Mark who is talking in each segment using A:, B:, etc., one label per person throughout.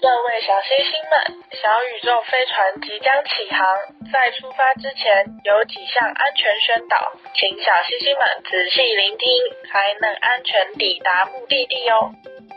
A: 各位小星星们，小宇宙飞船即将起航，在出发之前有几项安全宣导，请小星星们仔细聆听，才能安全抵达目的地哦。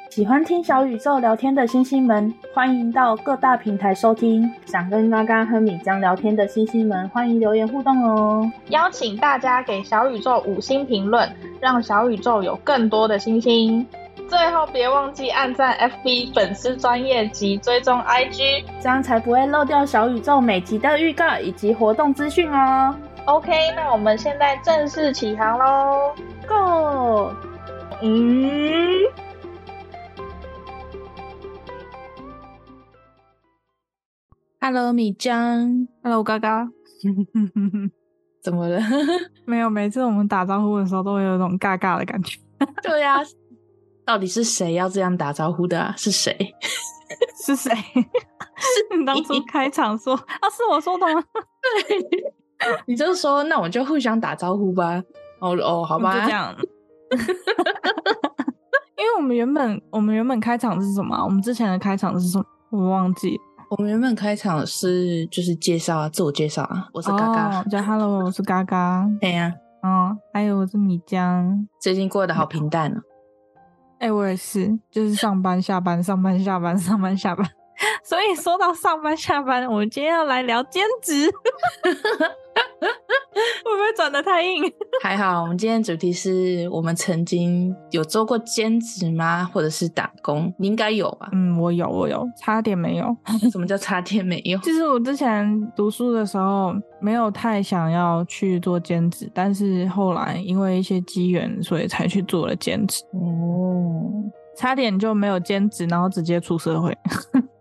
B: 喜欢听小宇宙聊天的星星们，欢迎到各大平台收听。想跟嘎嘎和米江聊天的星星们，欢迎留言互动哦。
C: 邀请大家给小宇宙五星评论，让小宇宙有更多的星星。最后别忘记按赞 FB 粉丝专业及追踪 IG。
B: 这样才不会漏掉小宇宙每集的预告以及活动资讯哦。
C: OK，那我们现在正式起航喽
B: ，Go！
C: 嗯，
D: Hello，米江，
E: Hello，嘎嘎，
D: 怎么了？
E: 没有，每次我们打招呼的时候都会有一种尬尬的感觉。
D: 对呀、到底是谁要这样打招呼的、啊？是谁？
E: 是谁？是你当初开场说啊，是我说的吗？
D: 你就说，那我们就互相打招呼吧。哦哦， 好
E: 好
D: 吧
E: 就这， 样。因为我们原本我们原本开场是什么啊、我们之前的开场是什么？我忘记。
D: 我们原本开场是就是介绍啊，自我介绍啊，我
E: 我
D: 是嘎嘎
E: 哦、，叫 Hello，我是 嘎嘎。
D: 哎呀、
E: 嗯，还有我是米江。
D: 最近过得好平淡哦。
E: 哎、我也是，就是上班下班，上班下班，上班下班。 所以说到上班下班，我们今天要来聊兼职， 会不会转的太硬？
D: 还好，我们今天主题是我们曾经有做过兼职吗？或者是打工？你应该有吧？
E: 嗯，我有，我有，差点没有。
D: 什么叫差点没有？
E: 就是我之前读书的时候，没有太想要去做兼职，但是后来因为一些机缘，所以才去做了兼职。
D: 哦
E: 差点就没有兼职，然后直接出社会。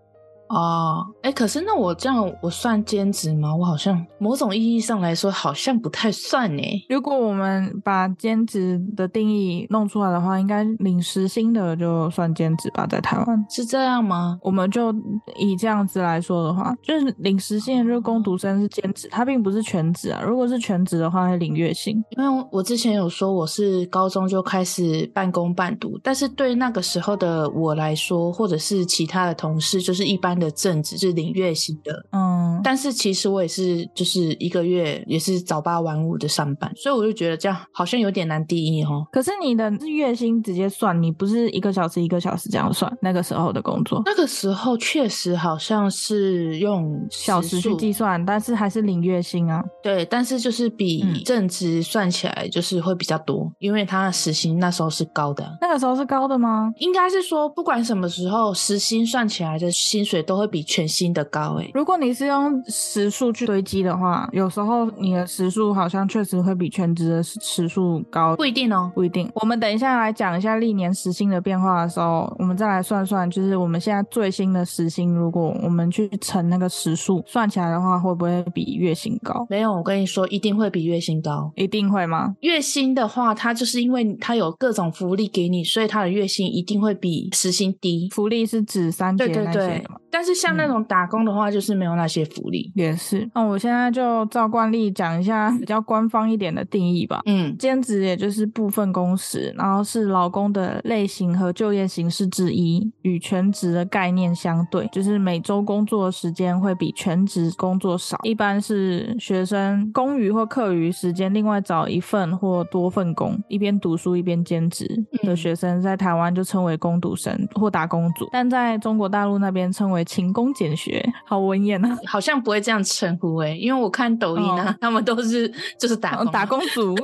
D: 哦，哎，可是那我这样我算兼职吗？我好像某种意义上来说好像不太算呢。
E: 如果我们把兼职的定义弄出来的话，应该领时薪的就算兼职吧，在台湾。
D: 是这样吗？
E: 我们就以这样子来说的话，就是领时薪的，就是工读生是兼职，他并不是全职啊。如果是全职的话，会领月薪。
D: 因为我之前有说我是高中就开始半工半读，但是对那个时候的我来说，或者是其他的同事，就是一般的正职，就是领月薪的。
E: 嗯，
D: 但是其实我也是，就是一个月也是早八晚五的上班，所以我就觉得这样好像有点难定义哦。
E: 可是你的月薪直接算，你不是一个小时一个小时这样算那个时候的工作
D: 那个时候确实好像是用
E: 小时去
D: 数
E: 计算，但是还是领月薪啊。
D: 对，但是就是比
E: 嗯
D: 正职算起来就是会比较多，因为他时薪那时候是高的。
E: 那个时候是高的吗？
D: 应该是说，不管什么时候，时薪算起来的薪水都会比全薪的高欸诶、
E: 如果你是用时数去堆积的话，有时候你的时数好像确实会比全职的时时数高，
D: 不一定哦。
E: 不一定。我们等一下来讲一下历年时薪的变化的时候，我们再来算算，就是我们现在最新的时薪，如果我们去乘那个时数算起来的话，会不会比月薪高？
D: 没有，我跟你说，一定会比月薪高。
E: 一定会吗？
D: 月薪的话，它就是因为它有各种福利给你，所以它的月薪一定会比时薪低。
E: 福利是指三节
D: 对对
E: 那些的吗？
D: 对，但是
E: 嗯
D: 像那种打工的话，就是没有那些福利。
E: 也是。那我现在就照惯例讲一下比较官方一点的定义吧。
D: 嗯，
E: 兼职也就是部分工时，然后是劳工的类型和就业形式之一，与全职的概念相对，就是每周工作时间会比全职工作少，一般是学生公余或课余时间另外找一份或多份工，一边读书一边兼职的学生，在台湾就称为工读生或打工
D: 嗯
E: 族，但在中国大陆那边称为勤工俭学，好文言啊。
D: 好像不会这样称呼
F: 欸
D: 诶、因为我看抖音啊，
E: 哦嗯
D: 他们都是就是打工、
E: 打工族，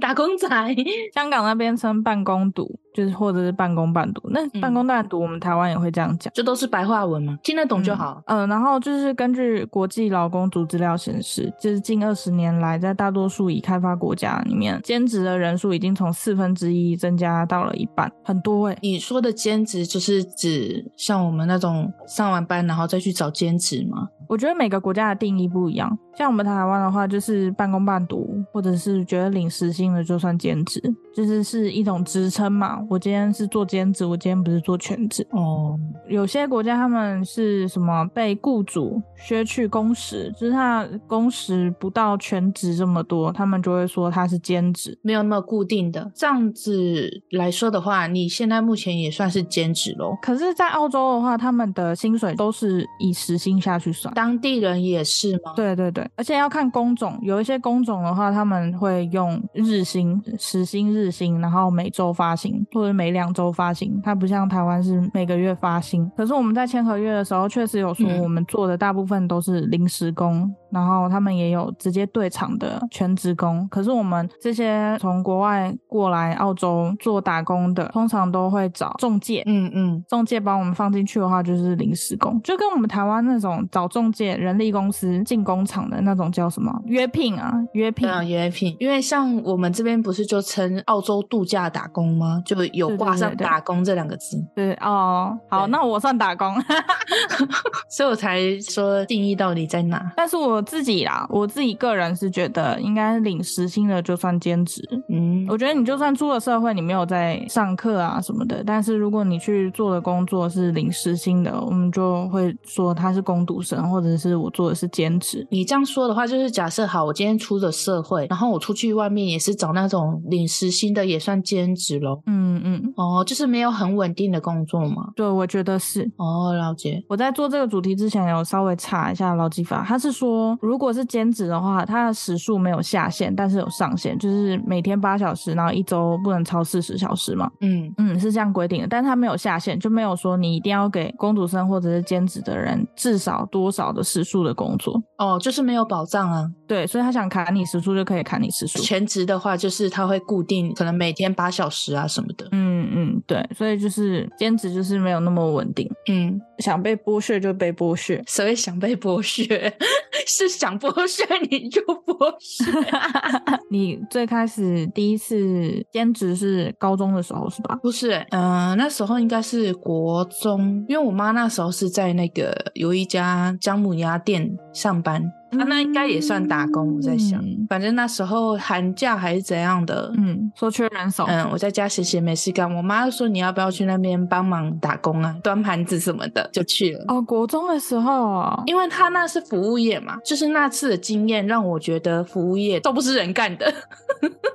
D: 打工仔。
E: 香港那边称半工读，就是或者是半工半读。那
D: 嗯
E: 半工半读，我们台湾也会这样讲。
D: 就都是白话文嘛，听得懂就好。
E: 嗯、呃然后就是根据国际劳工组资料显示，就是近二十年来，在大多数已开发国家里面，兼职的人数已经从四分之一增加到了一半，很多哎、
D: 你说的兼职就是指像我们那种上完班然后再去找兼职吗？
E: 我觉得每个国家的定义不一样，像我们台湾的话，就是半工半读，或者是觉得领时薪的就算兼职，就是是一种职称嘛。我今天是做兼职，我今天不是做全职。
F: 哦，
E: 有些国家他们是什么被雇主削去工时，就是他工时不到全职这么多，他们就会说他是兼职。
F: 没有那么固定的。这样子来说的话，你现在目前也算是兼职喽。
E: 可是，在澳洲的话，他们的薪水都是以时薪下去算。
F: 当地人也是吗？
E: 对对对，而且要看工种，有一些工种的话，他们会用日薪、时薪、日薪，然后每周发薪或者每两周发薪，它不像台湾是每个月发薪。可是我们在签合约的时候，确实有说
F: 嗯
E: 我们做的大部分都是临时工，然后他们也有直接对厂的全职工。可是我们这些从国外过来澳洲做打工的，通常都会找中介，
F: 嗯嗯，
E: 中介帮我们放进去的话，就是临时工，就跟我们台湾那种找中介、人力公司进工厂的那种叫什么约聘啊，约聘。
F: 对啊，原来聘，因为像我们这边不是就称澳洲度假打工吗？就有
E: 对对
F: 挂上
E: 对
F: “
E: 对
F: 打工”这两个字，
E: 对哦，好，
F: 对
E: 那我算打工，
F: 所以我才说定义到底在哪。
E: 但是我自己啦，我自己个人是觉得应该领时薪的就算兼职。
F: 嗯，
E: 我觉得你就算出了社会，你没有在上课啊什么的，但是如果你去做的工作是领时薪的，我们就会说他是工读生，或者是我做的是兼职。
F: 你这样说的话，就是假设好，我今天出了社会，然后我出去外面也是找那种领时薪的，也算兼职喽。
E: 嗯嗯，
F: 哦，就是没有很稳定的工作嘛。
E: 对，我觉得是。
F: 哦，了解。
E: 我在做这个主题之前有稍微查一下劳基法，它是说如果是兼职的话，它的时数没有下限，但是有上限，就是每天八小时，然后一周不能超四十小时嘛。
F: 嗯，
E: 嗯，是这样规定的，但它没有下限，就没有说你一定要给公主生或者是兼职的人至少多少的时数的工作。
F: 哦，就是没有保障啊。
E: 对，所以他想砍你时数就可以砍你时数。
F: 全职的话，就是他会固定，可能每天八小时啊什么的。
E: 嗯嗯，对，所以就是兼职就是没有那么稳定，
F: 嗯，
E: 想被剥削就被剥削。
F: 谁会想被剥削？ 是想剥削你就剥削。
E: 你最开始第一次兼职是高中的时候是吧？
F: 不是、欸，嗯、那时候应该是国中，因为我妈那时候是在那个有一家姜母鸭店上班，啊，那应该也算打工。我在想，
E: 嗯
F: 反正那时候寒假还是怎样的，嗯
E: 嗯，说缺人手，
F: 我在家闲闲没事干，我妈就说你要不要去那边帮忙打工啊，端盘子什么的，就去了。
E: 哦，国中的时候哦，
F: 因为她那是服务业嘛，就是那次的经验让我觉得服务业都不是人干的。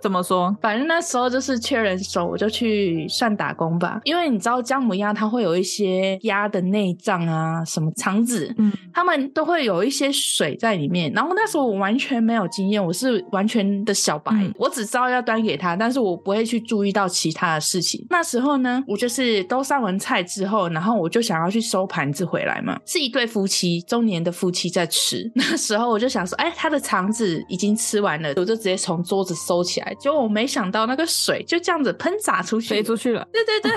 E: 怎么说？
F: 反正那时候就是缺人手，我就去算打工吧。因为你知道姜母鸭它会有一些鸭的内脏啊，什么肠子，
E: 嗯，
F: 他们都会有一些水在里面。然后那时候我完全没有经验，我是完全的小白，
E: 嗯
F: 我只知道要端给他，但是我不会去注意到其他的事情。那时候呢，我就是都上完菜之后，然后我就想要去收盘子回来嘛，是一对夫妻，中年的夫妻在吃。那时候我就想说，哎，他的肠子已经吃完了，我就直接从桌子收起来。结果我没想到那个水就这样子喷洒出去
E: 飞
F: 了，
E: 出去了，
F: 对对 对，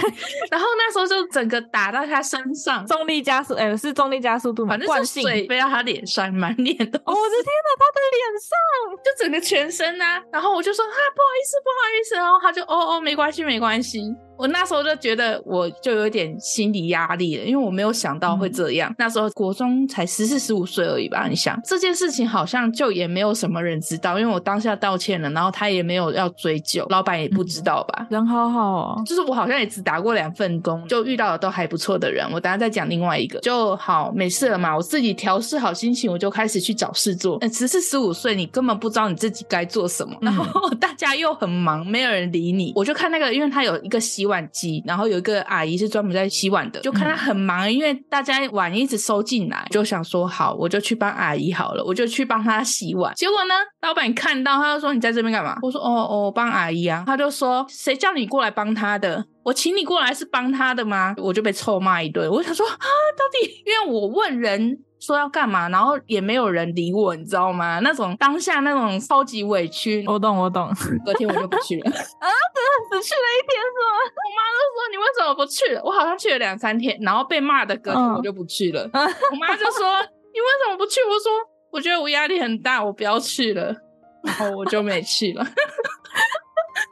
F: 然后那时候就整个打到他身上，
E: 重力加速，哎、是重力加速度吗？
F: 反正
E: 惯
F: 就
E: 性。
F: 水飞到他脸上，满脸都
E: 哦，我的天哪，他的脸 上，
F: 就整个全身啊。然后我就说啊，不好意思，不好意思。然后他就哦哦，没关系，没关系。我那时候就觉得我就有点心理压力了，因为我没有想到会这样。那时候国中才十四十五岁而已吧，你想这件事情好像就也没有什么人知道，因为我当下道歉了，然后他也没有要追究，老板也不知道吧。
E: 人好好哦。
F: 就是我好像也只打过两份工，就遇到了都还不错的人。我等下再讲另外一个就好，没事了嘛。我自己调试好心情，我就开始去找事做。嗯，十四十五岁，你根本不知道你自己该做什么，然后大家又很忙，没有人理你。我就看那个，因为他有一个洗碗机，然后有一个阿姨是专门在洗碗的，就看她很忙，因为大家碗一直收进来，就想说好，我就去帮阿姨好了，我就去帮她洗碗。结果呢，老板看到他就说你在这边干嘛？我说哦哦，我帮阿姨啊。他就说谁叫你过来帮她的？我请你过来是帮她的吗？我就被臭骂一顿。我想说啊，到底因为我问人。说要干嘛，然后也没有人理我，你知道吗？那种当下那种超级委屈，
E: 我懂，我懂，只去了
F: 隔天我就不去 了。
E: 啊一天是
F: 我就说你为什么不去了？我好像去了两三天，然后被骂的隔天
E: 嗯
F: 我就不 去了。
E: 嗯
F: 我妈就说你为什么不去？我说我觉得我压 力很大，我不要去了，然后我就没去了。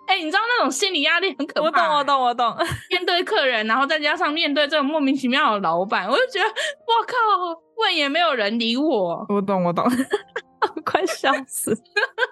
F: 哎、你知道那那种心理压力很可怕、
E: 我懂，我。懂，我懂。
F: 面对客人，然后再加上面对这种莫名其妙的老板，我就觉得我靠，问也没有人理我。
E: 我懂， 我懂，快笑死！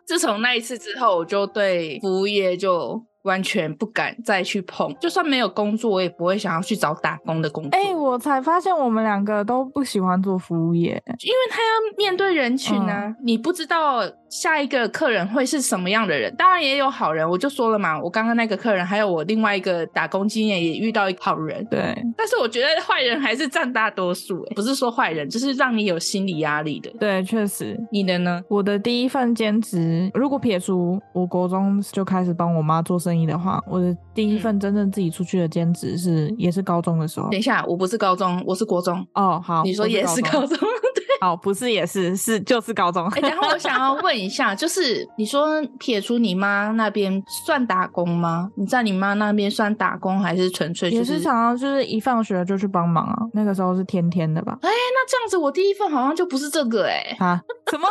F: 自从那一次之后，我就对服务业就完全不敢再去碰，就算没有工作，我也不会想要去找打工的工作，
E: 哎、我才发现我们两个都不喜欢做服务业。
F: 因为他要面对人群啊，
E: 嗯
F: 你不知道下一个客人会是什么样的人。当然也有好人，我就说了嘛，我刚刚那个客人，还有我另外一个打工经验也遇到一个好人，
E: 对
F: 但是我觉得坏人还是占大多数、欸，不是说坏人，就是让你有心理压力的。
E: 对，确实。
F: 你的呢？
E: 我的第一份兼职，如果撇除我国中就开始帮我妈做生意的话，我的第
F: 嗯
E: 一份真正自己出去的兼职是、也是高中的时候
F: 等。一下，我不是高中，我是国中。
E: 哦，好，
F: 你说
E: 我
F: 也是高
E: 中，
F: 中？对。
E: 哦，不是也是是就是高中。
F: 哎、然后我想要问一下，就是你说撇除你妈那边算打工吗？你在你妈那边算打工，还是纯 粹就
E: 也是常常就是一放学就去帮忙啊，那个时候是天天的吧？
F: 哎、那这样子，我第一份好像就不是这个哎、
E: 啊，什么？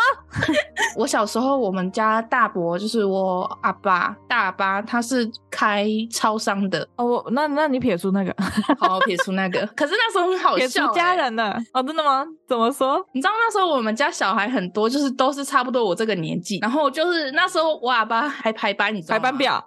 F: 我小时候，我们家大伯就是我阿爸，大爸他是开超商的，
E: 哦，我那那你撇除那个，
F: 好撇除那个。可是那时候很好
E: 撇
F: 笑、
E: 除
F: 欸，
E: 家人的哦，真的吗？怎么说？
F: 你知道那时候我们家小孩很多，就是都是差不多我这个年纪，然后就是那时候我阿爸还排班，你知道
E: 排
F: 吗
E: 班，表，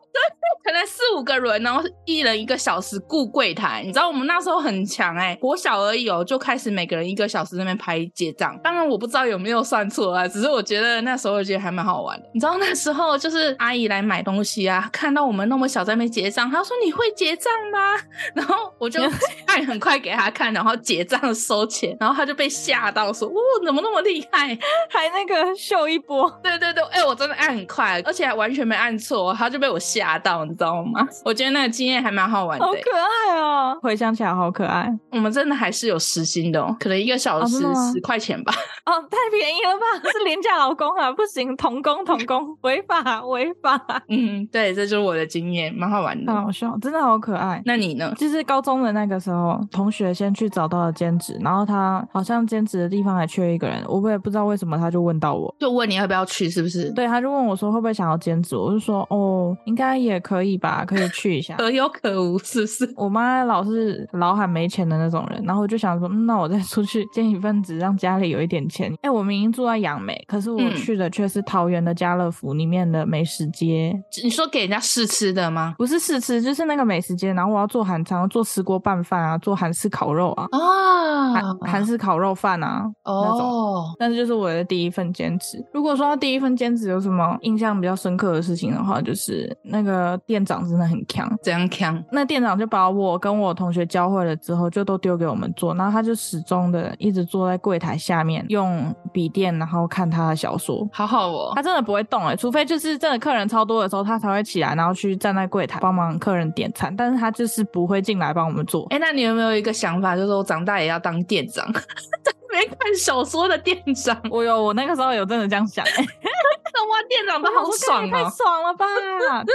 F: 可能四五个人，然后一人一个小时顾柜台。你知道我们那时候很强哎、国小而已哦，就开始每个人一个小时在那边排结账。当然我不知道有没有算错啊，只是我觉得那时候我觉得还蛮好玩的。你知道那时候就是阿姨来买东西啊，看到我们那么小在那边结账，她说你会结账吗？ 然后我就按很快给他看，然后结账收钱，然后他就被吓到说：“哦，怎么那么厉害
E: 还那个秀一波？”，
F: 对对对，哎、我真的按很快，而且还完全没按错，他就被我吓到，你知道吗？我觉得那个经验还蛮好玩的、欸
E: 好可爱哦！回想起来好可爱
F: 我们真的还是有时薪的哦，可能一个小
E: 哦
F: 时
E: 真的吗
F: 十块钱吧。
E: 哦，太便宜了吧？ 是廉价劳工啊，不行，童工童工，违法违 法，
F: 嗯，对，这就是我的经验，蛮好玩的。
E: 好笑，真的好可爱。
F: 那你呢？
E: 就是高中的那个时候，同学先去找到了兼职，然后他好像兼职的地方还缺一个人，我也不知道为什么，他就问到我，
F: 就问你要不要去，是不是？，
E: 对，他就问我说会不会想要兼职，我就说哦，应该也可以吧，可以去一下。
F: 可有可无，是不是？
E: 我妈老是老喊没钱的那种人，然后我就想说，嗯、那我再 出去兼一份职，让家里有一点钱。哎、我明明住在杨梅，可是我
F: 嗯
E: 去的却是桃园的家乐福里面的美食街，
F: 你说给人家试吃的吗？
E: 不是试吃，就是那个美食街。然后我要做韩餐，做石锅拌饭啊，做韩式烤肉啊，
F: 啊
E: 韩韩式烤肉饭啊，那种。
F: 哦，
E: 但是就是我的第一份兼职。如果说到第一份兼职有什么印象比较深刻的事情的话，就是那个店长真的很强，
F: 怎样强？
E: 那店长就把我跟我同学教会了之后，就都丢给我们做，然后他就始终的一直坐在柜台下面，用笔电然后看他的小说。
F: 好好哦，
E: 他真的不会动哎、除非就是真的客人超多的时候，他才会起来，然后去站在柜台帮忙客人点餐，但是他就是不会进来帮我们做。
F: 哎、那你有没有一个想法，就是我长大也要当店长， 在那边看小说的店长？
E: 我有，我那个时候有真的这样想、欸，
F: 哇，店长都好爽
E: 太
F: 哦！
E: 爽了吧，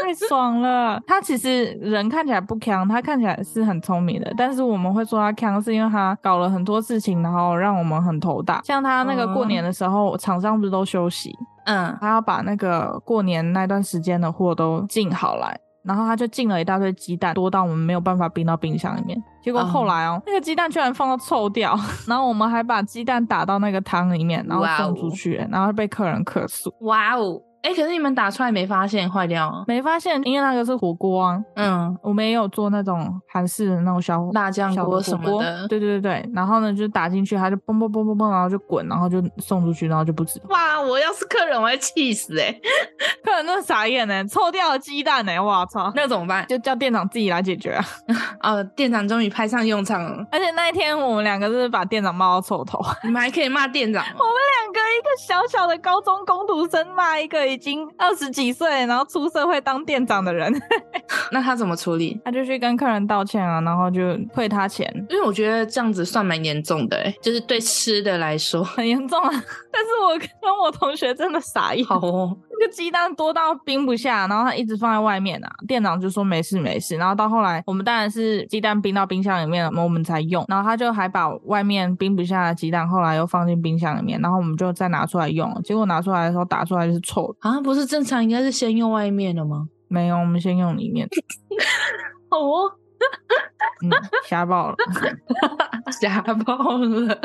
E: 太爽了。他其实人看起来不强，他看起来是很聪明的，但是我们会说他强，是因为他搞了很多事情，然后让我们很头大。像他那个过年的时候，厂商不是都休息，
F: 嗯，
E: 他要把那个过年那段时间的货都进好来。然后他就进了一大堆鸡蛋，多到我们没有办法冰到冰箱里面。结果
F: 嗯
E: 后来哦，那个鸡蛋居然放到臭掉， 然后我们还把鸡蛋打到那个汤里面，然后
F: 哇哦
E: 送出去，然后被客人客诉。
F: 哇哦，哎、可是你们打出来没发现坏掉哦？
E: 没发现，因为那个是火锅啊，
F: 嗯，
E: 我们也有做那种韩式的那种小
F: 辣酱
E: 小
F: 锅
E: 火
F: 什么的
E: 对对对对。然后呢，就打进去，它就嘣嘣嘣嘣嘣，然后就滚，然后就送出去，然后就不 知道。
F: 哇，我要是客人，我会气死哎、
E: 客人真的傻眼呢、臭掉了鸡蛋呢、我操！
F: 那怎么办？
E: 就叫店长自己来解决啊！
F: 哦，店长终于派上用场了，
E: 而且那一天我们两个就是把店长骂到臭头，
F: 你们还可以骂店长哦、
E: 两个一个小小的高中工读生骂一个已经二十几岁然后出社会当店长的人，
F: 那他怎么处理？
E: 他就去跟客人道歉啊，然后就退他钱，
F: 因为我觉得这样子算蛮严重的哎、就是对吃的来说。
E: 很严重啊！ 但是我跟我同学真的傻眼，
F: 好哦，
E: 那个鸡蛋多到冰不下，然后他一直放在外面啊。店长就说没事没事，然后到后来我们当然是鸡蛋冰到冰箱里面，我们才用。然后他就还把外面冰不下的鸡蛋，后来又放进冰箱里面，然后我们就
F: 啊
E: 再拿出来用。结果拿出来的时候打出来就是臭的，
F: 好像不是正常应该是先用外面的吗？
E: 没有，我们先用里面。
F: 好 哦，
E: 嗯， 瞎报了，
F: 瞎爆了，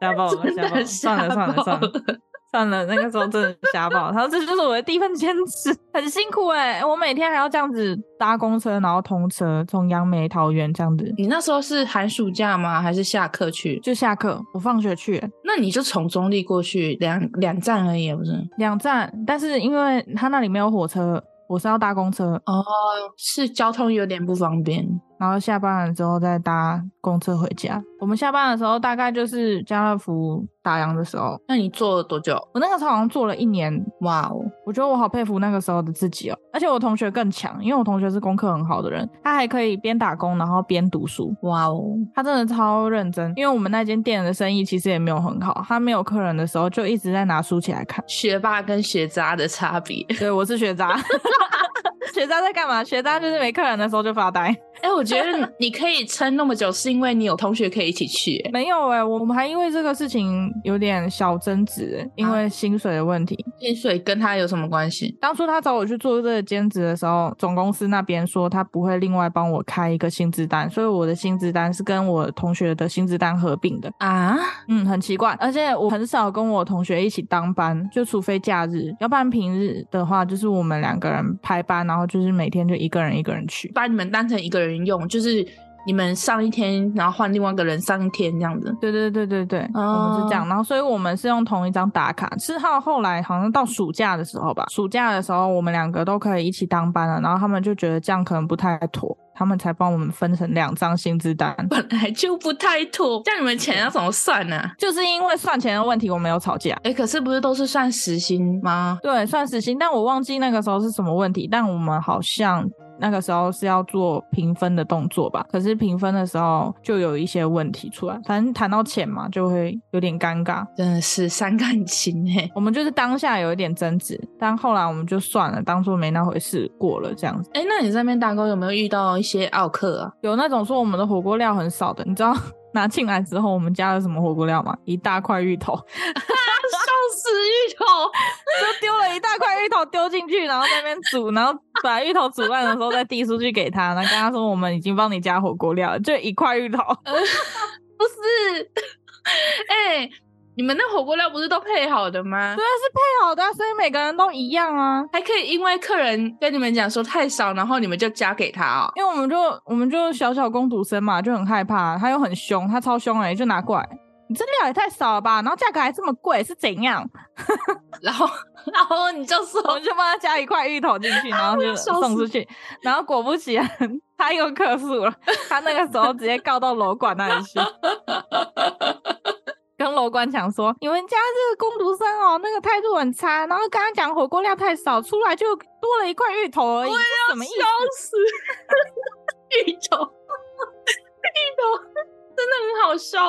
E: 瞎报了，
F: 真的
E: 瞎报了，算
F: 瞎
E: 了算了
F: 爆
E: 算了。 算了，那个时候真的瞎报。他说这就是我的第一份兼职，很辛苦哎、我每天还要这样子搭公车，然后通车，从杨梅桃园这样子，
F: 你那时候是寒暑假吗？还是下课去？
E: 就下课，我放学去、欸
F: 那你就从中立过去两两站而已，啊不是？
E: 两站，但是因为他那里没有火车，我是要搭公车，
F: 哦，是交通有点不方便。
E: 然后下班了之后再搭公车回家。我们下班的时候大概就是家乐福打烊的时候，
F: 那你坐了多久？
E: 我那个时候好像做了一年，
F: 哇哦，
E: 我觉得我好佩服那个时候的自己哦。而且我同学更强，因为我同学是功课很好的人，他还可以边打工然后边读书。
F: 哇哦，
E: 他真的超认真，因为我们那间店的生意其实也没有很好，他没有客人的时候就一直在拿书起来看。
F: 学霸跟学渣的差别。
E: 对，我是学渣， 学渣在干嘛？学渣就是没客人的时候就发呆。
F: 哎、我觉得 你可以撑那么久，是因为你有同学可以一起去、哎
E: 没有哎、我们还因为这个事情有点小争执、欸，因为薪水的问题。
F: 薪水跟他有什么关系？
E: 当初他找我去做这个兼职的时候，总公司那边说他不会另外帮我开一个薪资单，所以我的薪资单是跟我同学的薪资单合并的。
F: 啊，
E: 嗯，很奇怪，而且我很少跟我同学一起当班，就除非假日，要不然平日的话就是我们两个人排班，然后就是每天就一个人一个人去。
F: 把你们当成一个人用，就是你们上一天，然后换另外一个人上一天这样子。
E: 对对对对对，我们是这样。然后，所以我们是用同一张打卡。是到后来好像到暑假的时候吧，暑假的时候我们两个都可以一起当班了，然后他们就觉得这样可能不太妥，他们才帮我们分成两张薪资单。
F: 本来就不太妥，像你们钱要怎么算呢、啊？
E: 就是因为算钱的问题，我没有吵架。
F: 哎、可是不是都是算时薪吗？
E: 对，算时薪，但我忘记那个时候是什么问题。但我们好像那个时候是要做评分的动作吧？可是评分的时候就有一些问题出来，反正谈到钱嘛，就会有点尴尬。
F: 真的是伤感情哎、
E: 我们就是当下有一点争执，但后来我们就算了，当做没那回事过了这样子。
F: 哎、那你在那边打工有没有遇到一些奥客啊？
E: 有那种说我们的火锅料很少的，你知道 拿进来之后我们加了什么火锅料吗？一大块芋头， 就
F: 笑死芋头，
E: 丢了一大块芋头丢进去，然后在那边煮，然后把芋头煮烂的时候再递出去给他，然后跟他说我们已经帮你加火锅料了，就一块芋头。
F: 不是？哎、你们那火锅料不是都配好的吗
E: 对啊，？是配好的啊、所以每个人都一样啊。
F: 还可以因为客人跟你们讲说太少，然后你们就加给他哦。
E: 因为我们就我们就小小公主生嘛，就很害怕，她又很凶，她超凶哎、就拿过来。你这料也太少了吧，然后价格还这么贵，是怎样？
F: 然后， 然后你就说
E: 我们就帮她加一块芋头进去，然 后就
F: 笑死
E: 送出去。然后果不其然，她又客诉了，她那个时候直接告到楼管那 里去，跟楼管讲说，你们家这个工读生哦，那个态度很差，然后跟他讲火锅料太少，出来就多了一块芋头而已，
F: 啊
E: 这什么意思？
F: 死，芋头，芋头真的很好笑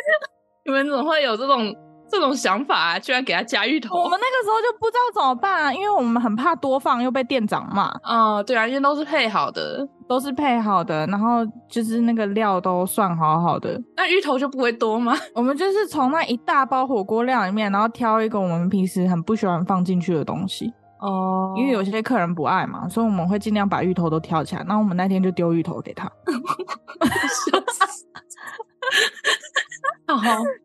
F: 哎、你们怎么会有这种这种想法啊？居然给他加芋头？
E: 我们那个时候就不知道怎么办、啊，因为我们很怕多放又被店长骂，
F: 哦，对啊，因为都是配好的，
E: 都是配好的，然后就是那个料都算好好的。
F: 那芋头就不会多吗？
E: 我们就是从那一大包火锅料里面，然后挑一个我们平时很不喜欢放进去的东西，
F: 哦
E: 因为 有些客人不爱嘛，所以我们会尽量把芋头都挑起来。那我们那天就丢芋头给他，
F: 哦，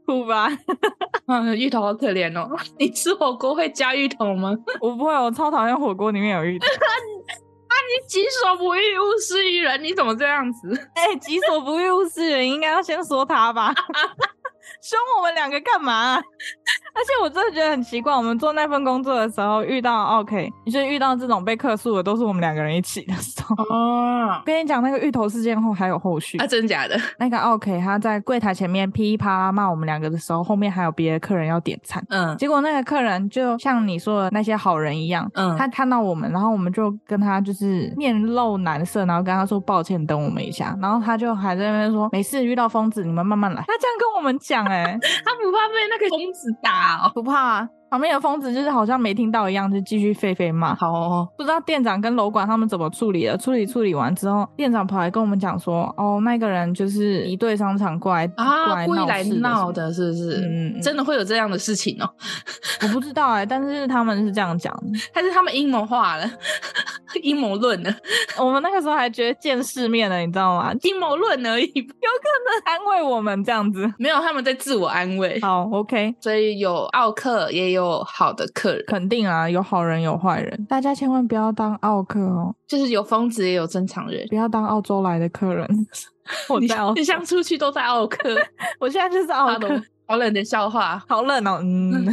E: 哭吧！
F: 嗯，芋头好可怜哦。 你吃火锅会加芋头吗？
E: 我不会，我超讨厌火锅里面有芋头。
F: 你己所不欲，勿施于人，你怎么这样子？
E: 哎、己所不欲，勿施于人，应该要先说他吧。 凶我们两个干嘛啊、 而且我真的觉得很奇怪，我们做那份工作的时候遇到 OK，就是遇到这种被客诉的，都是我们两个人一起的时候。
F: 哦，
E: 跟你讲，那个芋头事件后还有后续。
F: 啊，真假的？
E: 那个 OK，他在柜台前面噼里啪啦骂我们两个的时候，后面还有别的客人要点餐，
F: 嗯
E: 结果那个客人就像你说的那些好人一样，
F: 嗯，
E: 他看到我们，然后我们就跟他就是面露难色，然后跟他说抱歉，等我们一下。然后他就还在那边说没事，遇到疯子你们慢慢来。他这样跟我们讲、欸，哎，
F: 他不怕被那个疯子打哦？
E: 不怕、啊。旁边的疯子就是好像没听到一样，就继续沸沸骂。好、哦，不知道店长跟楼管他们怎么处理的。处理处理完之后，店长跑来跟我们讲说，哦，那个人就是一对商场过来过
F: 啊，
E: 来
F: 故意
E: 闹
F: 来
E: 事
F: 闹
E: 的
F: 的，是不是？
E: 嗯嗯嗯
F: 真的会有这样的事情哦？
E: 什么，我不知道哎、但是他们是这样讲的。
F: 还是他们阴谋化了， 阴谋论了，
E: 我们那个时候还觉得见世面了，你知道吗？ 有
F: 阴谋论而已，
E: 可能安慰我们这样子。
F: 没有他们在自我安慰。
E: 好，OK，
F: 所以有傲客，也有好的客人，
E: 肯定啊，有好人有坏人，大家千万不要当奥客哦，
F: 就是有疯子，也有正常人。
E: 不要当澳洲来的客人。 我
F: 你
E: 在澳
F: 像，你像出去都在傲客，
E: 我现在就是
F: 哈
E: 奥
F: 喽
E: 客，
F: 好冷的笑话。
E: 好冷哦，嗯，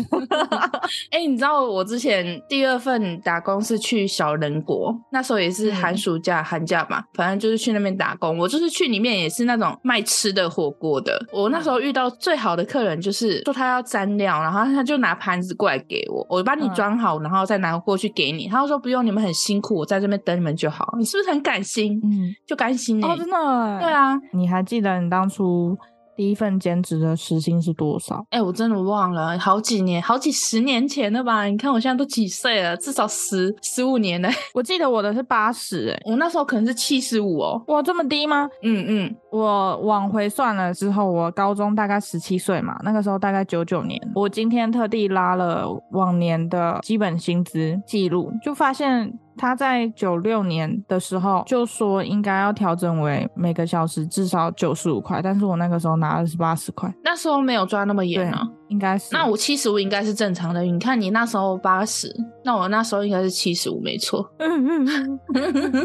F: 哎、你知道我之前第二份打工是去小人国，那时候也是寒
E: 嗯
F: 暑假、寒假嘛，反正就是去那边打工。我就是去里面也是那种卖吃的火锅的。我那时
E: 嗯
F: 候遇到最好的客人就是说他要蘸料，然后他就拿盘子过来给我，我帮你
E: 嗯
F: 装好，然后再拿过去给你。他就说不用，你们很辛苦，我在这边等你们就好。你是不是很感心？
E: 嗯，
F: 就甘心哎、
E: 哦，真的，
F: 对，啊，
E: 你还记得你当初第一份兼职的时薪是多少？
F: 哎、我真的忘了，好几年，好几十年前了吧？你看我现在都几岁了，至少十十五年了。
E: 我记得我的是八十，哎，
F: 我那时候可能是七十五哦。
E: 哇，这么低吗？
F: 嗯嗯，
E: 我往回算了之后，我高中大概十七岁嘛，那个时候大概九九年。我今天特地拉了往年的基本薪资记录，就发现他在九六年的时候就说应该要调整为每个小时至少九十五块，但是我那个时候拿的是八十块，
F: 那时候没有抓那么
E: 对
F: 严啊。，
E: 应该是。
F: 那我七十五应该是正常的。你看你那时候八十，那我那时候应该是七十五，没错。
E: 嗯嗯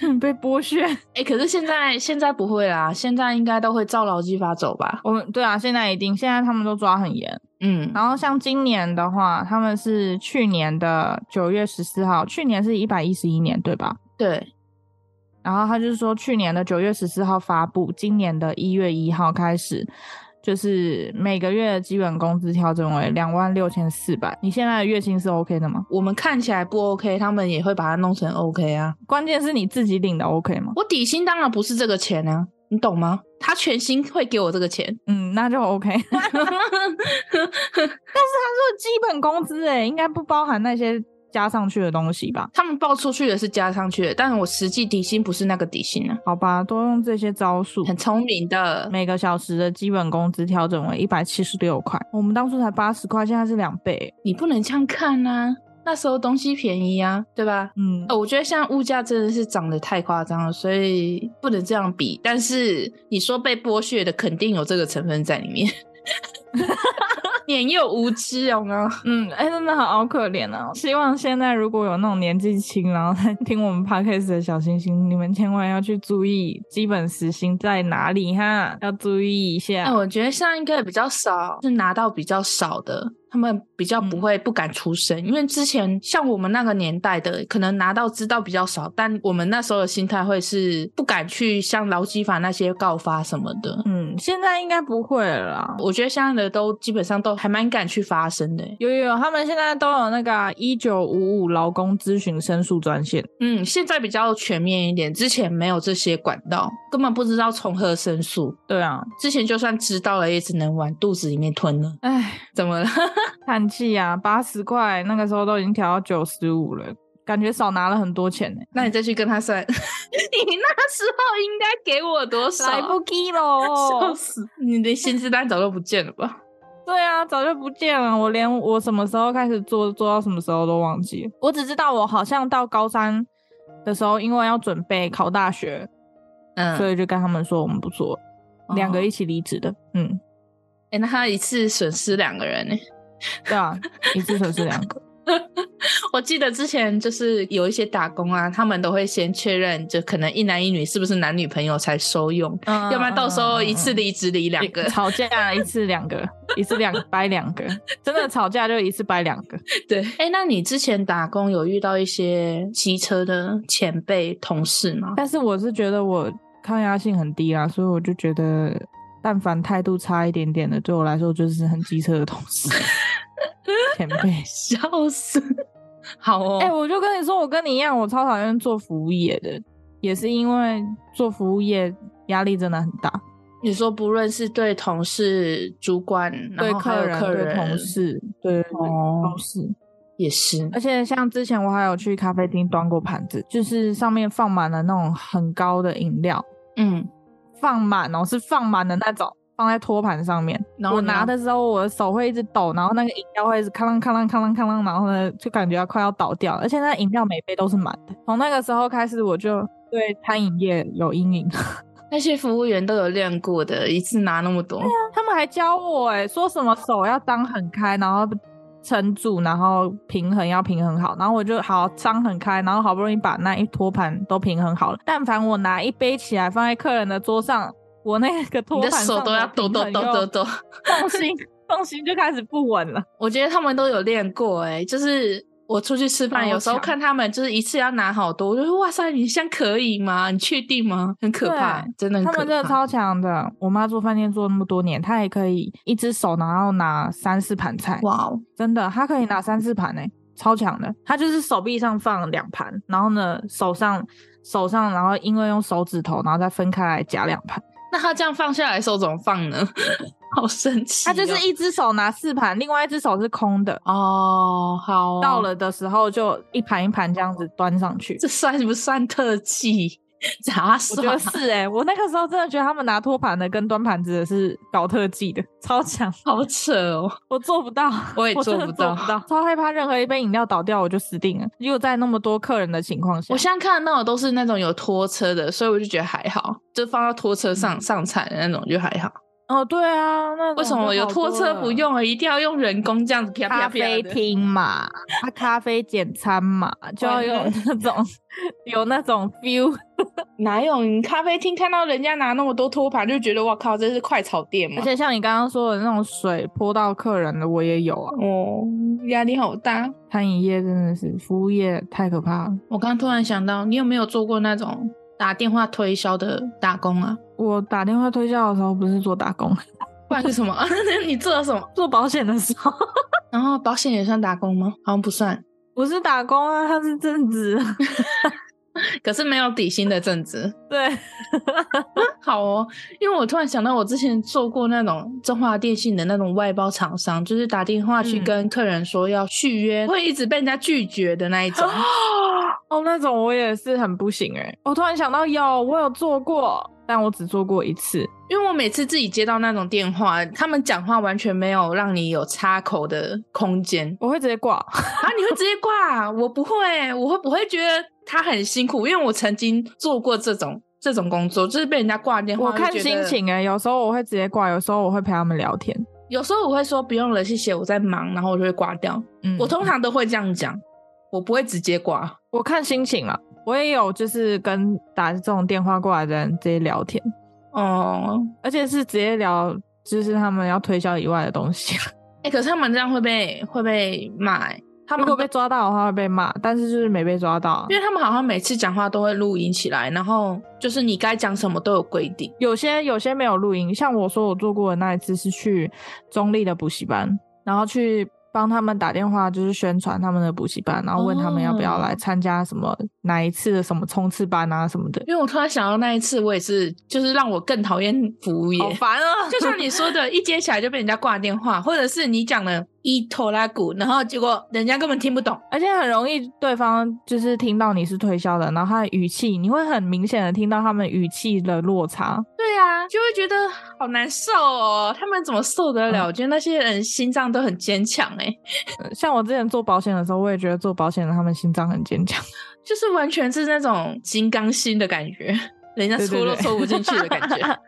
E: 嗯，被剥削。
F: 哎、可是现在现在不会啦，现在应该都会照劳基法走吧？
E: 我们对啊，现在一定，现在他们都抓很严。
F: 嗯，
E: 然后像今年的话，他们是去年的九月十四号，去年是一百一十一年，对吧？
F: 对，
E: 然后他就是说，去年的九月十四号发布，今年的一月一号开始，就是每个月的基本工资调整为两万六千四百。你现在的月薪是 OK 的吗？
F: 我们看起来不 OK，他们也会把它弄成 OK 啊。
E: 关键是你自己领的 OK 吗？
F: 我底薪当然不是这个钱啊，你懂吗？他全薪会给我这个钱。
E: 嗯，那就 OK。但是他说基本工资，哎，应该不包含那些加上去的东西吧？
F: 他们报出去的是加上去的，但是我实际底薪不是那个底薪啊，
E: 好吧，多用这些招数，
F: 很聪明的。
E: 每个小时的基本工资调整为一百七十六块，我们当初才八十块，现在是两倍。
F: 你不能这样看啊，那时候东西便宜啊，对吧？
E: 嗯，
F: 呃，我觉得现在物价真的是涨得太夸张了，所以不能这样比。但是你说被剥削的，肯定有这个成分在里面。 年幼无知，有没有？
E: 嗯，哎、真的好可怜啊！希望现在如果有那种年纪轻，然后在听我们 podcast 的小星星，你们千万要去注意基本时薪在哪里哈，要注意一下。
F: 哎，我觉得现在应该比较少，是拿到比较少的，他们比较不
E: 嗯
F: 会不敢出声，因为之前像我们那个年代的，可能拿到知道比较少，但我们那时候的心态会是不敢去像劳基法那些告发什么的。
E: 嗯，现在应该不会了啦。
F: 我觉得现在的都基本上都还蛮敢去发声的欸，
E: 有有有，他们现在都有那个啊一九五五劳工咨询申诉专线。
F: 嗯，现在比较全面一点，之前没有这些管道，根本不知道从何申诉。
E: 对啊，
F: 之前就算知道了，也只能往肚子里面吞了。
E: 哎，
F: 怎么了？
E: 叹气啊，八十块那个时候都已经调到九十五了，感觉少拿了很多钱呢、
F: 那你再去跟他算， 你那时候应该给我多少？
E: 来不及
F: 笑
E: 喽！
F: 死！你的薪资单早就不见了吧？
E: 对啊，早就不见了。我连我什么时候开始做，做到什么时候都忘记了。我只知道我好像到高三的时候，因为要准备考大学，
F: 嗯，哦
E: 所
F: 哎、
E: 以就跟他们说我们不做了，两、个一起离职的。嗯，
F: 哎那他一次损失两个人呢、
E: 对啊，一次损失两个。
F: 我记得之前就是有一些打工啊，他们都会先确认，就可能一男一女是不是男女朋友才收用，
E: 嗯
F: 要不然到时候一
E: 嗯
F: 次
E: 嗯嗯
F: 离职离两个。
E: 吵架啊一次两个，一次两个掰两个，真的吵架就一次掰两个。
F: 对，哎，那你之前打工有遇到一些骑车的前辈同事吗？
E: 但是我是觉得我抗压性很低啊，所以我就觉得，但凡态度差一点点的，对我来说就是很机车的同事前辈。
F: 笑死！ 好哦，
E: 哎、我就跟你说，我跟你一样，我超讨厌做服务业的，也是因为做服务业压力真的很大。
F: 你说不论是对同事、主管，然
E: 对
F: 后还有
E: 人、
F: 客
E: 对同事、对对对
F: 哦
E: 都是。
F: 也是
E: 而且像之前我还有去咖啡厅端过盘子，就是上面放满了那种很高的饮料，
F: 嗯，
E: 放满哦，是放满的那种，放在托盘上面。
F: 然后
E: 我
F: 呢
E: 拿的时候，我的手会一直抖，然后那个饮料会一直咔啷咔啷咔啷咔啷，然后呢就感觉要快要倒掉了，而且那饮料每杯都是满的。从那个时候开始，我就对餐饮业有阴影。
F: 那些服务员都有练过的，一次拿那么多，
E: 他们还教我哎、说什么手要张很开，然后撑住，然后平衡要平衡好，然后我就好张很开，然后好不容易把那一托盘都平衡好了。但凡我拿一杯起来放在客人的桌上，我那个托
F: 你
E: 盘
F: 的手
E: 上
F: 都
E: 的
F: 要抖
E: 平
F: 抖
E: 衡
F: 抖
E: 又
F: 抖抖。
E: 重心重心就开始不稳了。
F: 我觉得他们都有练过、欸，就是我出去吃饭，
E: 超
F: 有时候
E: 强
F: 看他们就是一次要拿好多，我就说哇塞，你像可以吗？你确定吗？很可怕，
E: 对
F: 真的很
E: 他
F: 可怕。
E: 们真的超强的。我妈做饭店做那么多年，她也可以一只手然后拿三四盘菜，
F: 哇哦，
E: 真的，她可以拿三四盘呢、超强的。她就是手臂上放两盘，然后呢手上手上，然后因为用手指头，然后再分开来夹两盘。
F: 那他这样放下来的时候怎么放呢？ 好神奇
E: 她
F: 哦、
E: 就是一只手拿四盘，另外一只手是空的。
F: 哦，好哦
E: 到，了的时候就一盘一盘这样子端上 去。
F: 这算不算特技？ 啊咋
E: 我觉得
F: 算？
E: 是哎、我那个时候真的觉得他们拿托盘的跟端盘子的是搞特技的，超强，
F: 好扯哦！
E: 我做不到，
F: 我也
E: 真
F: 做
E: 的
F: 不
E: 做
F: 到
E: 不到， 超害怕任何一杯饮料倒掉我就死定了。又在那么多客人的情况下，
F: 我现在看到的都是那种有拖车的，所以我就觉得还好，就放到拖车上、上菜的那种就还好。
E: 哦对啊，那
F: 为什么有拖车不用啊？一定要用人工这样子啪
E: 咖
F: 啪啪
E: 啡
F: 的
E: 厅嘛？啊，咖啡简餐嘛，就要 有那种有那种 feel，
F: 哪有？你咖啡厅看到人家拿那么多托盘，就觉得哇靠，这是快炒店嘛
E: 而？且像你刚刚说的那种水泼到客人的，我也有啊。
F: 哦，压力好大。
E: 餐饮业真的是服务业太可怕了。
F: 我刚突然想到，你有没有做过那种打电话推销的打工啊？
E: 我打电话推销的时候不是做打工，
F: 不然是什么？ 你做了什么？
E: 做保险的时候
F: 然后保险也算打工吗？好像不算，
E: 不是打工啊，他是正职。
F: 可是没有底薪的正职。
E: 对，
F: 好哦，因为我突然想到，我之前做过那种中华电信的那种外包厂商，就是打电话去
E: 嗯
F: 跟客人说要续约，会一直被人家拒绝的那一 种。
E: 哦，那种我也是很不行哎、我突然想到有，我有做过，但我只做过一次。
F: 因为我每次自己接到那种电话，他们讲话完全没有让你有插口的空间
E: 我会直接挂，
F: 啊！你会直接挂？我不会，我会我会觉得他很辛苦，因为我曾经做过这种这种工作，就是被人家挂电话，
E: 我看
F: 就觉
E: 心
F: 得
E: 情哎、有时候我会直接挂，有时候我会陪他们聊天。
F: 有时候我会说不用了，谢谢，我在忙，然后我就会挂掉。
E: 嗯
F: 我通常都会这样讲，我不会直接挂。
E: 我看心情了，我也有就是跟打这种电话过来的人直接聊天，
F: 哦、
E: 而且是直接聊就是他们要推销以外的东西。
F: 哎、可是他们这样会被会被骂、欸，他
E: 如
F: 们
E: 果被抓到的话会被骂，但是就是没被抓到啊。
F: 因为他们好像每次讲话都会录音起来，然后就是你该讲什么都有规定。
E: 有些有些没有录音，像我说我做过的那一次是去中立的补习班，然后去帮他们打电话，就是宣传他们的补习班，然后问他们要不要来
F: 哦
E: 参加什么、哪一次的什么冲刺班啊什么的，
F: 因为我突然想到那一次，我也是，就是让我更讨厌服务业。
E: 好烦啊！
F: 就像你说的，一接起来就被人家挂电话，或者是你讲了一头拉骨，然后结果人家根本听不懂。
E: 而且很容易对方就是听到你是推销的，然后他的语气，你会很明显的听到他们语气的落差。
F: 对啊，就会觉得好难受哦。他们怎么受得
E: 嗯
F: 了？我觉得那些人心脏都很坚强哎、
E: 呃像我之前做保险的时候，我也觉得做保险的他们心脏很坚强。
F: 就是完全是那种金刚心的感觉，人家
E: 对对
F: 戳都
E: 对
F: 戳不进去的感觉，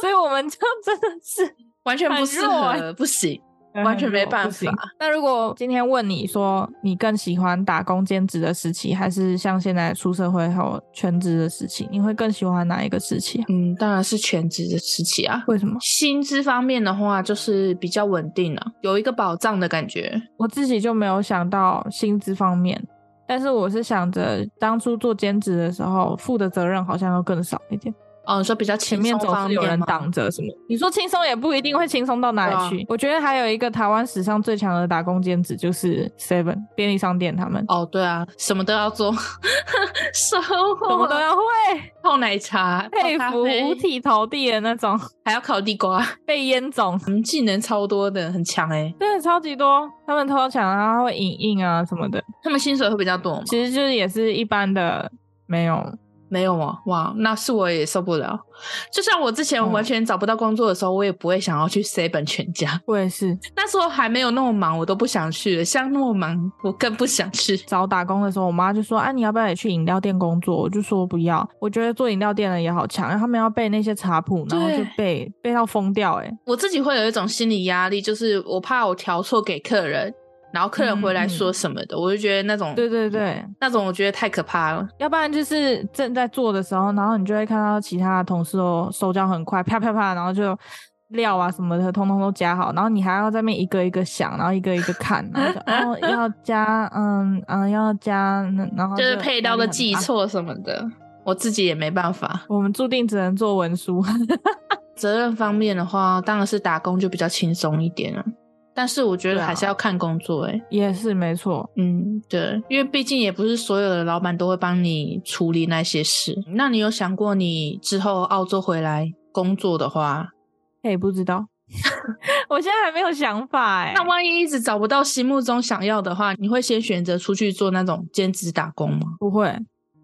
E: 所以我们就真的是
F: 完全不
E: 很
F: 适
E: 弱
F: 合，
E: 欸
F: 不 行。完全没办法
E: 不行。那如果今天问你说，你更喜欢打工兼职的时期，还是像现在出社会后全职的时期？你会更喜欢哪一个时期啊、
F: 嗯，当然是全职的时期啊。
E: 为什么？
F: 薪资方面的话，就是比较稳定了、有一个保障的感觉。
E: 我自己就没有想到薪资方面，但是我是想着当初做兼职的时候，负的责任好像要更少一点。
F: 哦，你说比较轻
E: 前面
F: 松
E: 总
F: 方
E: 是有
F: 面
E: 人
F: 吗
E: 挡着什么？你说轻松也不一定会轻松到哪里
F: 对啊
E: 去。我觉得还有一个台湾史上最强的打工兼职就是 Seven 便利商店，他们
F: 哦，对啊，什么都要做， 收
E: 什么
F: 获
E: 都要会，
F: 泡奶茶、泡
E: 佩
F: 咖
E: 服
F: 啡
E: 五体投地的那种，
F: 还要烤地瓜，
E: 被淹肿
F: 嗯，技能超多的，很强哎、
E: 真的超级多。他们偷抢啊，会影印啊什么的，
F: 他们薪水会比较多吗？
E: 其实就是也是一般的没有。
F: 没有啊，哇，那是我也受不了。就像我之前
E: 嗯
F: 完全找不到工作的时候，我也不会想要去 seven 全家。
E: 我也是
F: 那时候还没有那么忙，我都不想去了。像那么忙，我更不想去。
E: 找打工的时候，我妈就说：“啊，你要不要也去饮料店工作？”我就说不要，我觉得做饮料店的也好强，因为他们要背那些茶谱，然后就
F: 对
E: 背背到疯掉、欸，哎，
F: 我自己会有一种心理压力，就是我怕我调错给客人，然后客人回来
E: 嗯嗯
F: 说什么的，我就觉得那种
E: 对对对，
F: 那种我觉得太可怕了。
E: 要不然就是正在做的时候，然后你就会看到其他的同事哦手脚很快，啪啪啪，然后就料啊什么的，通通都加好，然后你还要在那边一个一个想，然后一个一个看，然后就哦要加，嗯嗯要加，嗯然后
F: 就是配
E: 压
F: 刀
E: 力
F: 的
E: 很
F: 记
E: 大。
F: 错什么的，我自己也没办法。
E: 我们注定只能做文书，
F: 责任方面的话，当然是打工就比较轻松一点了、但是我觉得
E: 对啊
F: 还是要看工作、欸，
E: 也是没错。
F: 嗯，对，因为毕竟也不是所有的老板都会帮你处理那些事。那你有想过你之后澳洲回来工作的话，
E: 嘿，不知道， 我现在还没有想法哎、
F: 那万一一直找不到心目中想要的话，你会先选择出去做那种兼职打工吗？
E: 不会，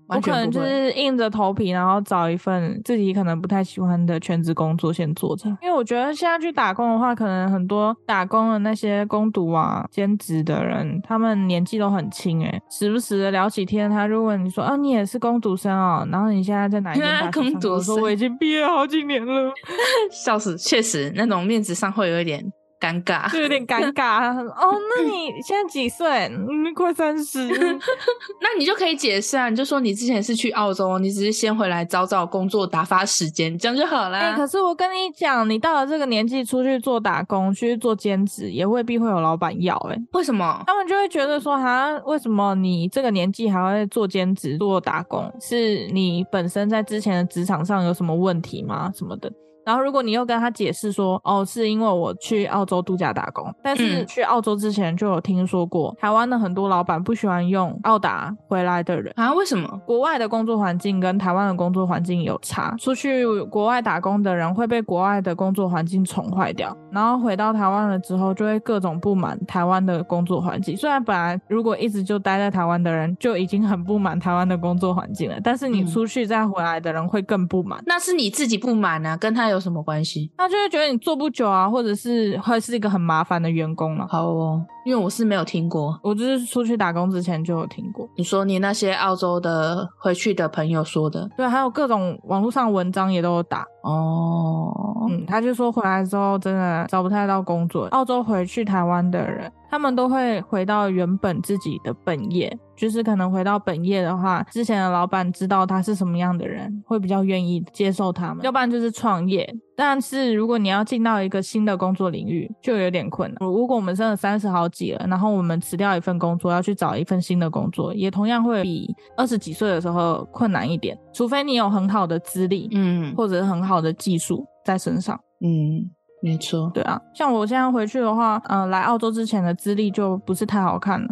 E: 我
F: 完
E: 可能
F: 全不
E: 就
F: 会。
E: 是硬着头皮，然后找一份自己可能不太喜欢的全职工作先做着。因为我觉得现在去打工的话，可能很多打工的那些工读啊、兼职的人，他们年纪都很轻诶、时不时的聊起天，他就问你说：“啊，你也是工读生哦？然后你现在在哪一间大学上课？”
F: 工读
E: 我说：“
F: 生
E: 我已经毕业好几年 了，
F: 笑死，确实那种面子上会有一点尴尬。
E: 就有点尴尬。”他说：“哦，那你现在几岁？嗯，快三十。 嗯
F: 那你就可以解释啊，你就说你之前是去澳洲，你只是先回来找找工作打发时间，这样就好
E: 哎、
F: 啦。
E: 可是我跟你讲，你到了这个年纪出去做打工，去做兼职，也未必会有老板要、哎，
F: 为什么？
E: 他们就会觉得说，哈，为什么你这个年纪还会做兼职、做打工？是你本身在之前的职场上有什么问题吗？什么的。然后，如果你又跟他解释说，哦，是因为我去澳洲度假打工，但是
F: 嗯
E: 去澳洲之前就有听说过，台湾的很多老板不喜欢用澳打回来的人，
F: 啊，为什么？
E: 国外的工作环境跟台湾的工作环境有差，出去国外打工的人会被国外的工作环境宠坏掉，然后回到台湾了之后就会各种不满台湾的工作环境。虽然本来如果一直就待在台湾的人就已经很不满台湾的工作环境了，但是你
F: 嗯
E: 出去再回来的人会更不满，
F: 那是你自己不满啊，跟他有什么关系？
E: 他就会觉得你做不久啊，或者是会是一个很麻烦的员工了。
F: 好哦，因为我是没有听过。
E: 我就是出去打工之前就有听过，
F: 你说你那些澳洲的回去的朋友说的
E: 对，还有各种网络上文章也都有打，
F: 哦，
E: 嗯，他就说回来之后真的找不太到工作。澳洲回去台湾的人，他们都会回到原本自己的本业，就是可能回到本业的话，之前的老板知道他是什么样的人，会比较愿意接受他们。要不然就是创业，但是如果你要进到一个新的工作领域，就有点困难。如果我们真的三十好几了，然后我们辞掉一份工作，要去找一份新的工作，也同样会比二十几岁的时候困难一点，除非你有很好的资历，
F: 嗯
E: 或者是很好的技术在身上。
F: 嗯，没错，
E: 对啊，像我现在回去的话，嗯、来澳洲之前的资历就不是太好看了。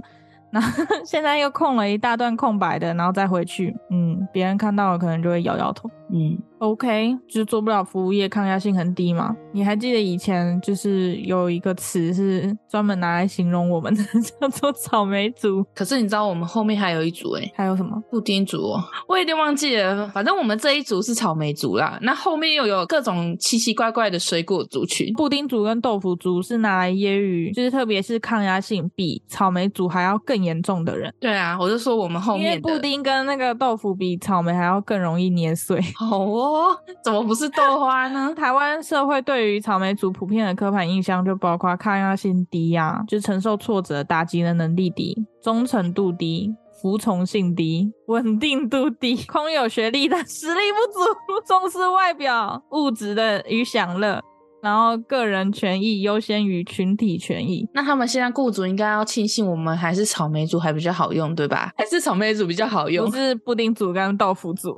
E: 那现在又空了一大段空白的，然后再回去，嗯，别人看到了可能就会摇摇头。
F: 嗯
E: OK，就是做不了服务业，抗压性很低嘛。你还记得以前就是有一个词是专门拿来形容我们的，叫做草莓族，
F: 可是你知道我们后面还有一组诶、
E: 还有什么？
F: 布丁族、哦，我有点忘记了。反正我们这一组是草莓族啦，那后面又有各种奇奇怪怪的水果族群。
E: 布丁族跟豆腐族是拿来揶揄，就是特别是抗压性比草莓族还要更严重的人。
F: 对啊，我就说我们后
E: 因为
F: 面的
E: 布丁跟那个豆腐比草莓还要更容易捏碎。？
F: 好哦，怎么不是豆花呢
E: 台湾社会对于草莓族普遍的刻板印象就包括抗压性低呀、就承受挫折打击的能力低、忠诚度低、服从性低、稳定度低、空 有学历但实力不足、重视外表、物质的与享乐。然后个人权益优先于群体权益。
F: 那他们现在雇主应该要庆幸我们还是草莓族还比较好用，对吧？还是草莓族比较好用
E: 不，是布丁组跟豆腐 组，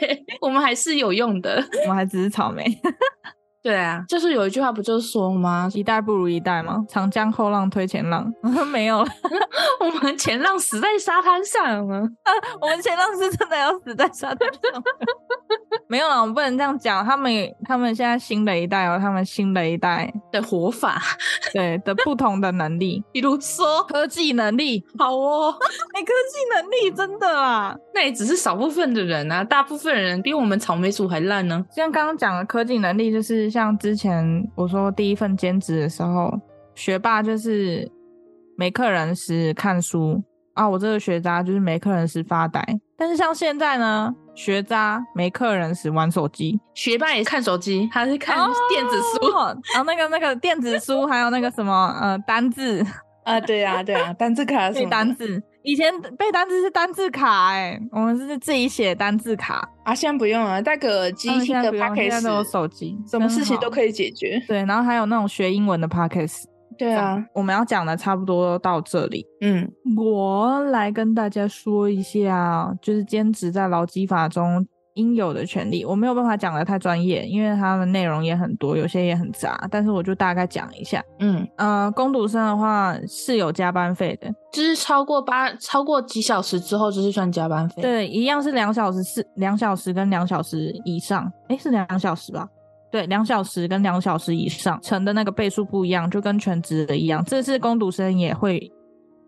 F: 对，我们还是有用的。
E: 我们还只是草莓，
F: 对啊，就是有一句话不就说吗？
E: 一代不如一代吗？长江后浪推前浪， 没有了，
F: 我们前浪死在沙滩上啊！
E: 我们前浪是真的要死在沙滩上。 没有了，我们不能这样讲。他们也他们现在新的一代有他们新的一代
F: 的活法，
E: 对的不同的能力，
F: 比如说，
E: 科技能力，
F: 好哦，
E: 哎、科技能力真的啦，
F: 那也只是少部分的人啊，大部分人比我们草莓族还烂呢、
E: 像刚刚讲的科技能力，就是像之前我说第一份兼职的时候，学霸就是没课人时看书啊，我这个学渣就是没课人时发呆。但是像现在呢，学渣没课人时玩手机，
F: 学霸也看手机，他是看
E: 哦
F: 电子书、
E: 然后那个那个电子书，还有那个什么呃单 字
F: 啊，对啊，对啊，单字卡
E: 背单字。以前背单字是单字卡、哎，我们是自己写单字卡，
F: 啊，现在不用了，带个机
E: 嗯
F: 器
E: 现在
F: 的
E: 不用现在
F: pocket，
E: 都有手机，
F: 什么事情都
E: 以。
F: 可以解决。
E: 对，然后还有那种学英文的 podcast，
F: 对啊，
E: 我们要讲的差不多到这里。
F: 嗯，
E: 我来跟大家说一下，就是兼职在劳基法中应有的权利。我没有办法讲的太专业，因为它们内容也很多，有些也很杂，但是我就大概讲一下。
F: 嗯，
E: 呃，工读生的话是有加班费的，
F: 就是超过八超过几小时之后，就是算加班费。，
E: 对，一样是两小时是两小时跟两小时以上，诶，是两小时吧？对，两小时跟两小时以上乘的那个倍数不一样，就跟全职的一样。这是工读生也会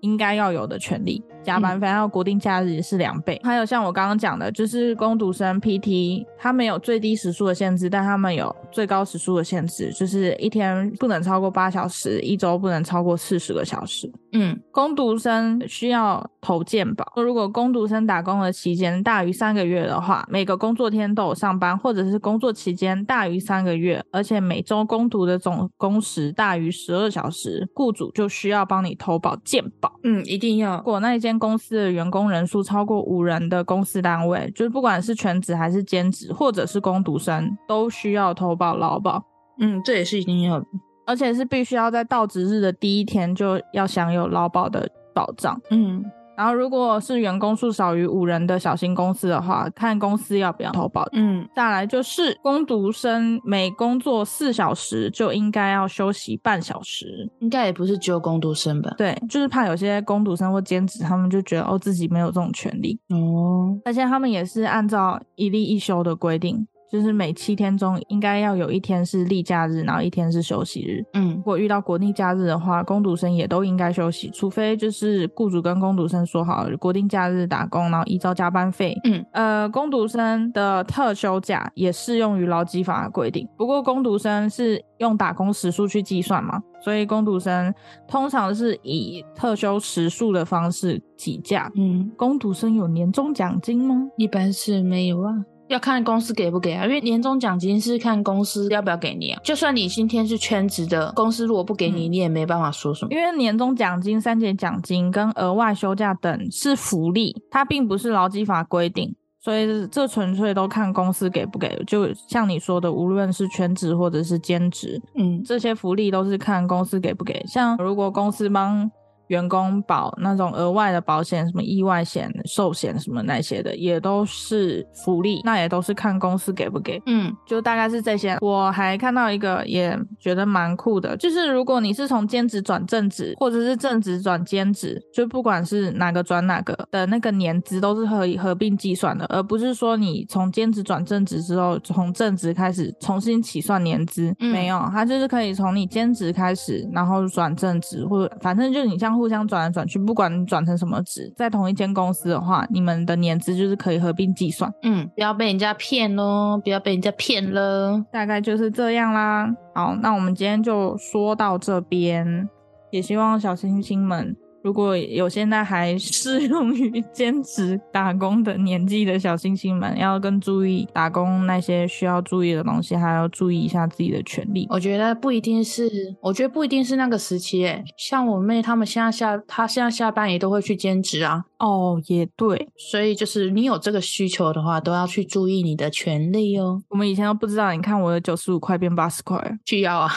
E: 应该要有的权利，加班费还有国定假日也是两倍。还有像我刚刚讲的，就是工读生 PT，他们有最低时数的限制，但他们有最高时数的限制，就是一天不能超过八小时，一周不能超过四十个小时。
F: 嗯，
E: 工读生需要投健保。如果工读生打工的期间大于三个月的话，每个工作天都有上班，或者是工作期间大于三个月，而且每周工读的总工时大于十二小时，雇主就需要帮你投保健保。
F: 嗯，一定要
E: 如。果那一间公司的员工人数超过五人的公司单位，就是不管是全职还是兼职，或者是工读生，都需要投保劳保。
F: 嗯，这也是一定要的。
E: 而且是必须要在到职日的第一天就要享有劳保的保障。
F: 嗯，
E: 然后，如果是员工数少于五人的小型公司的话，看公司要不要投保。
F: 嗯，
E: 再来就是工读生每工作四小时就应该要休息半小时，
F: 应该也不是只有工读生吧？
E: 对，就是怕有些工读生或兼职，他们就觉得哦自己没有这种权利，
F: 哦，
E: 而且他们也是按照一例一休的规定，就是每七天中应该要有一天是例假日，然后一天是休息日。如
F: 嗯
E: 果遇到国定假日的话，工读生也都应该休息，除非就是雇主跟工读生说好国定假日打工，然后依照加班费。
F: 嗯，
E: 呃，工读生的特休假也适用于劳基法的规定，不过工读生是用打工时数去计算嘛，所以工读生通常是以特休时数的方式计价。
F: 嗯，
E: 工读生有年终奖金吗？
F: 一般是没有啊。要看公司给不给啊，因为年终奖金是看公司要不要给你啊。就算你今天是全职的，公司如果不给你，
E: 嗯
F: 你也没办法说什么。
E: 因为年终奖金、三节奖金跟额外休假等是福利，它并不是劳基法规定，所以这纯粹都看公司给不给。就像你说的，无论是全职或者是兼职，
F: 嗯
E: 这些福利都是看公司给不给。像如果公司帮员工保那种额外的保险，什么意外险、寿险什么那些的，也都是福利，那也都是看公司给不给。
F: 嗯
E: 就大概是这些。我还看到一个也觉得蛮酷的，就是如果你是从兼职转正职，或者是正职转兼职，就不管是哪个转哪个的那个年资都是合合并计算的，而不是说你从兼职转正职之后，从正职开始重新起算年资。
F: 嗯
E: 没有，它就是可以从你兼职开始，然后转正职，或者反正就是你这样互相转来转去，不管你转成什么职，在同一间公司的话，你们的年资就是可以合并计算。
F: 嗯，不要被人家骗喽，不要被人家骗喽。
E: 大概就是这样啦。好，那我们今天就说到这边，也希望小星星们如果有现在还适用于 兼职打工的年纪的小星星们，要更注意打工那些需要注意的东西，还要注意一下自己的权利。
F: 我觉得不一定是，我觉得不一定是那个时期诶。像我妹她们现在下，她现在下班也都会去兼职啊。
E: 哦，也对，
F: 所以就是你有这个需求的话，都要去注意你的权利哦。
E: 我们以前都不知道，你看我的九十五块变八十块，
F: 需要啊，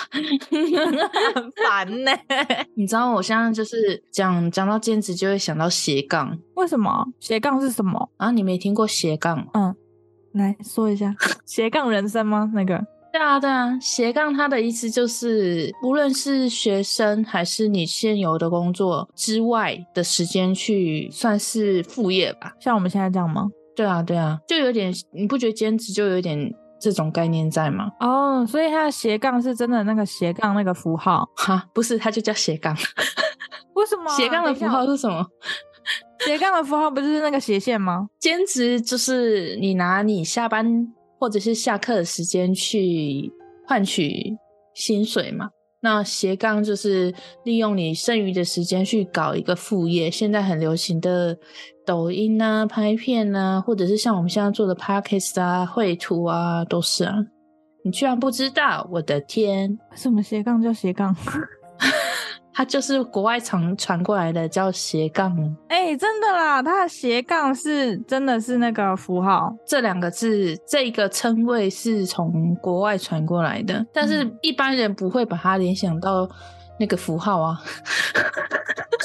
E: 很烦呢、
F: 你知道我现在就是讲讲到兼职就会想到斜杠
E: 为什么斜杠是什么？
F: 啊，你没听过斜杠？哦
E: 来说一下斜杠人生吗？那个
F: 对啊，对啊，斜杠它的意思就是，无论是学生还是你现有的工作之外的时间去算是副业吧。
E: 像我们现在这样吗？
F: 对啊，对啊，就有点你不觉得兼职就有点这种概念在吗？
E: 哦，所以它的斜杠是真的那个斜杠那个符号？
F: 哈，不是，它就叫斜杠。
E: 为什么啊
F: 斜杠的
E: 等一
F: 符
E: 下
F: 号是什么？
E: 斜杠的符号不就是那个斜线吗？
F: 兼职就是你拿你下班或者是下课的时间去换取薪水嘛。那斜杠就是利用你剩余的时间去搞一个副业，现在很流行的抖音啊、拍片啊，或者是像我们现在做的 podcast 啊、绘图啊，都是啊。你居然不知道，我的天！
E: 为什么斜杠叫斜杠？
F: 它就是国外传传过来的，叫斜杠。
E: 哎、真的啦，它的斜杠是真的是那个符号。
F: 这两个字，这个称谓是从国外传过来的，但是
E: 嗯
F: 一般人不会把它联想到那个符号啊。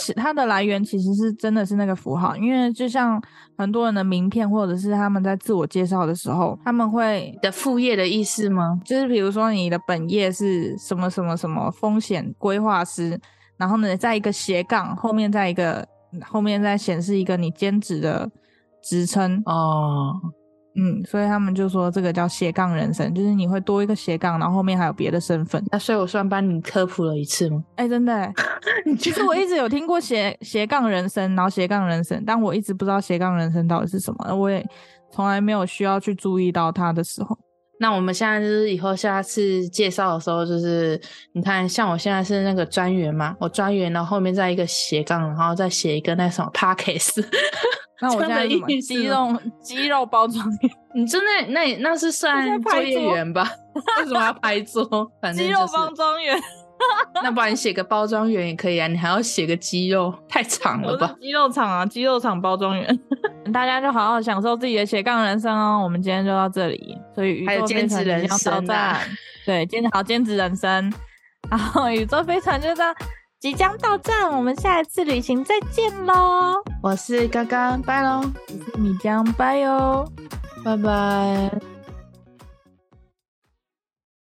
E: 是它的来源其实是真的是那个符号，因为就像很多人的名片或者是他们在自我介绍的时候，他们会
F: 你的副业的意思吗？
E: 就是比如说你的本业是什么什么什么风险规划师，然后呢，在一个斜杠后面再一个后面再显示一个你兼职的职称，
F: 哦，
E: 嗯，所以他们就说这个叫斜杠人生，就是你会多一个斜杠，然后后面还有别的身份。
F: 那所以我算帮你科普了一次吗？
E: 哎、真的、 欸，其实我一直有听过斜斜杠人生，然后斜杠人生，但我一直不知道斜杠人生到底是什么，我也从来没有需要去注意到它的时候。
F: 那我们现在就是以后下次介绍的时候，就是你看，像我现在是那个专员嘛，我专员，然后后面再一个斜杠，然后再写一个那什么 p a c k a g e
E: 那我
F: 这
E: 现
F: 样的
E: 在什么
F: 意思
E: 肌
F: 吗
E: 肉肌肉包装
F: 你真的那那是算
E: 在拍
F: 作业
E: 桌
F: 员吧？ 为什么要拍桌？反正
E: 肌
F: 就
E: 肉
F: 是
E: 包装员，
F: 那不然你写个包装员也可以啊，你还要写个肌肉，太长
E: 我
F: 了
E: 是
F: 吧？
E: 肌肉厂啊，肌肉厂包装员。 大家就好好享受自己的斜杠人生哦。我们今天就到这里，所以宇
F: 还有
E: 宙飞
F: 兼职
E: 船
F: 人
E: 即将到
F: 生啊
E: 站，对，兼好兼职人生。 然后宇宙飞船就到即将到站，我们下一次旅行再见喽。
F: 我是刚刚，拜喽，
E: 哦米江拜哟。
F: 拜拜。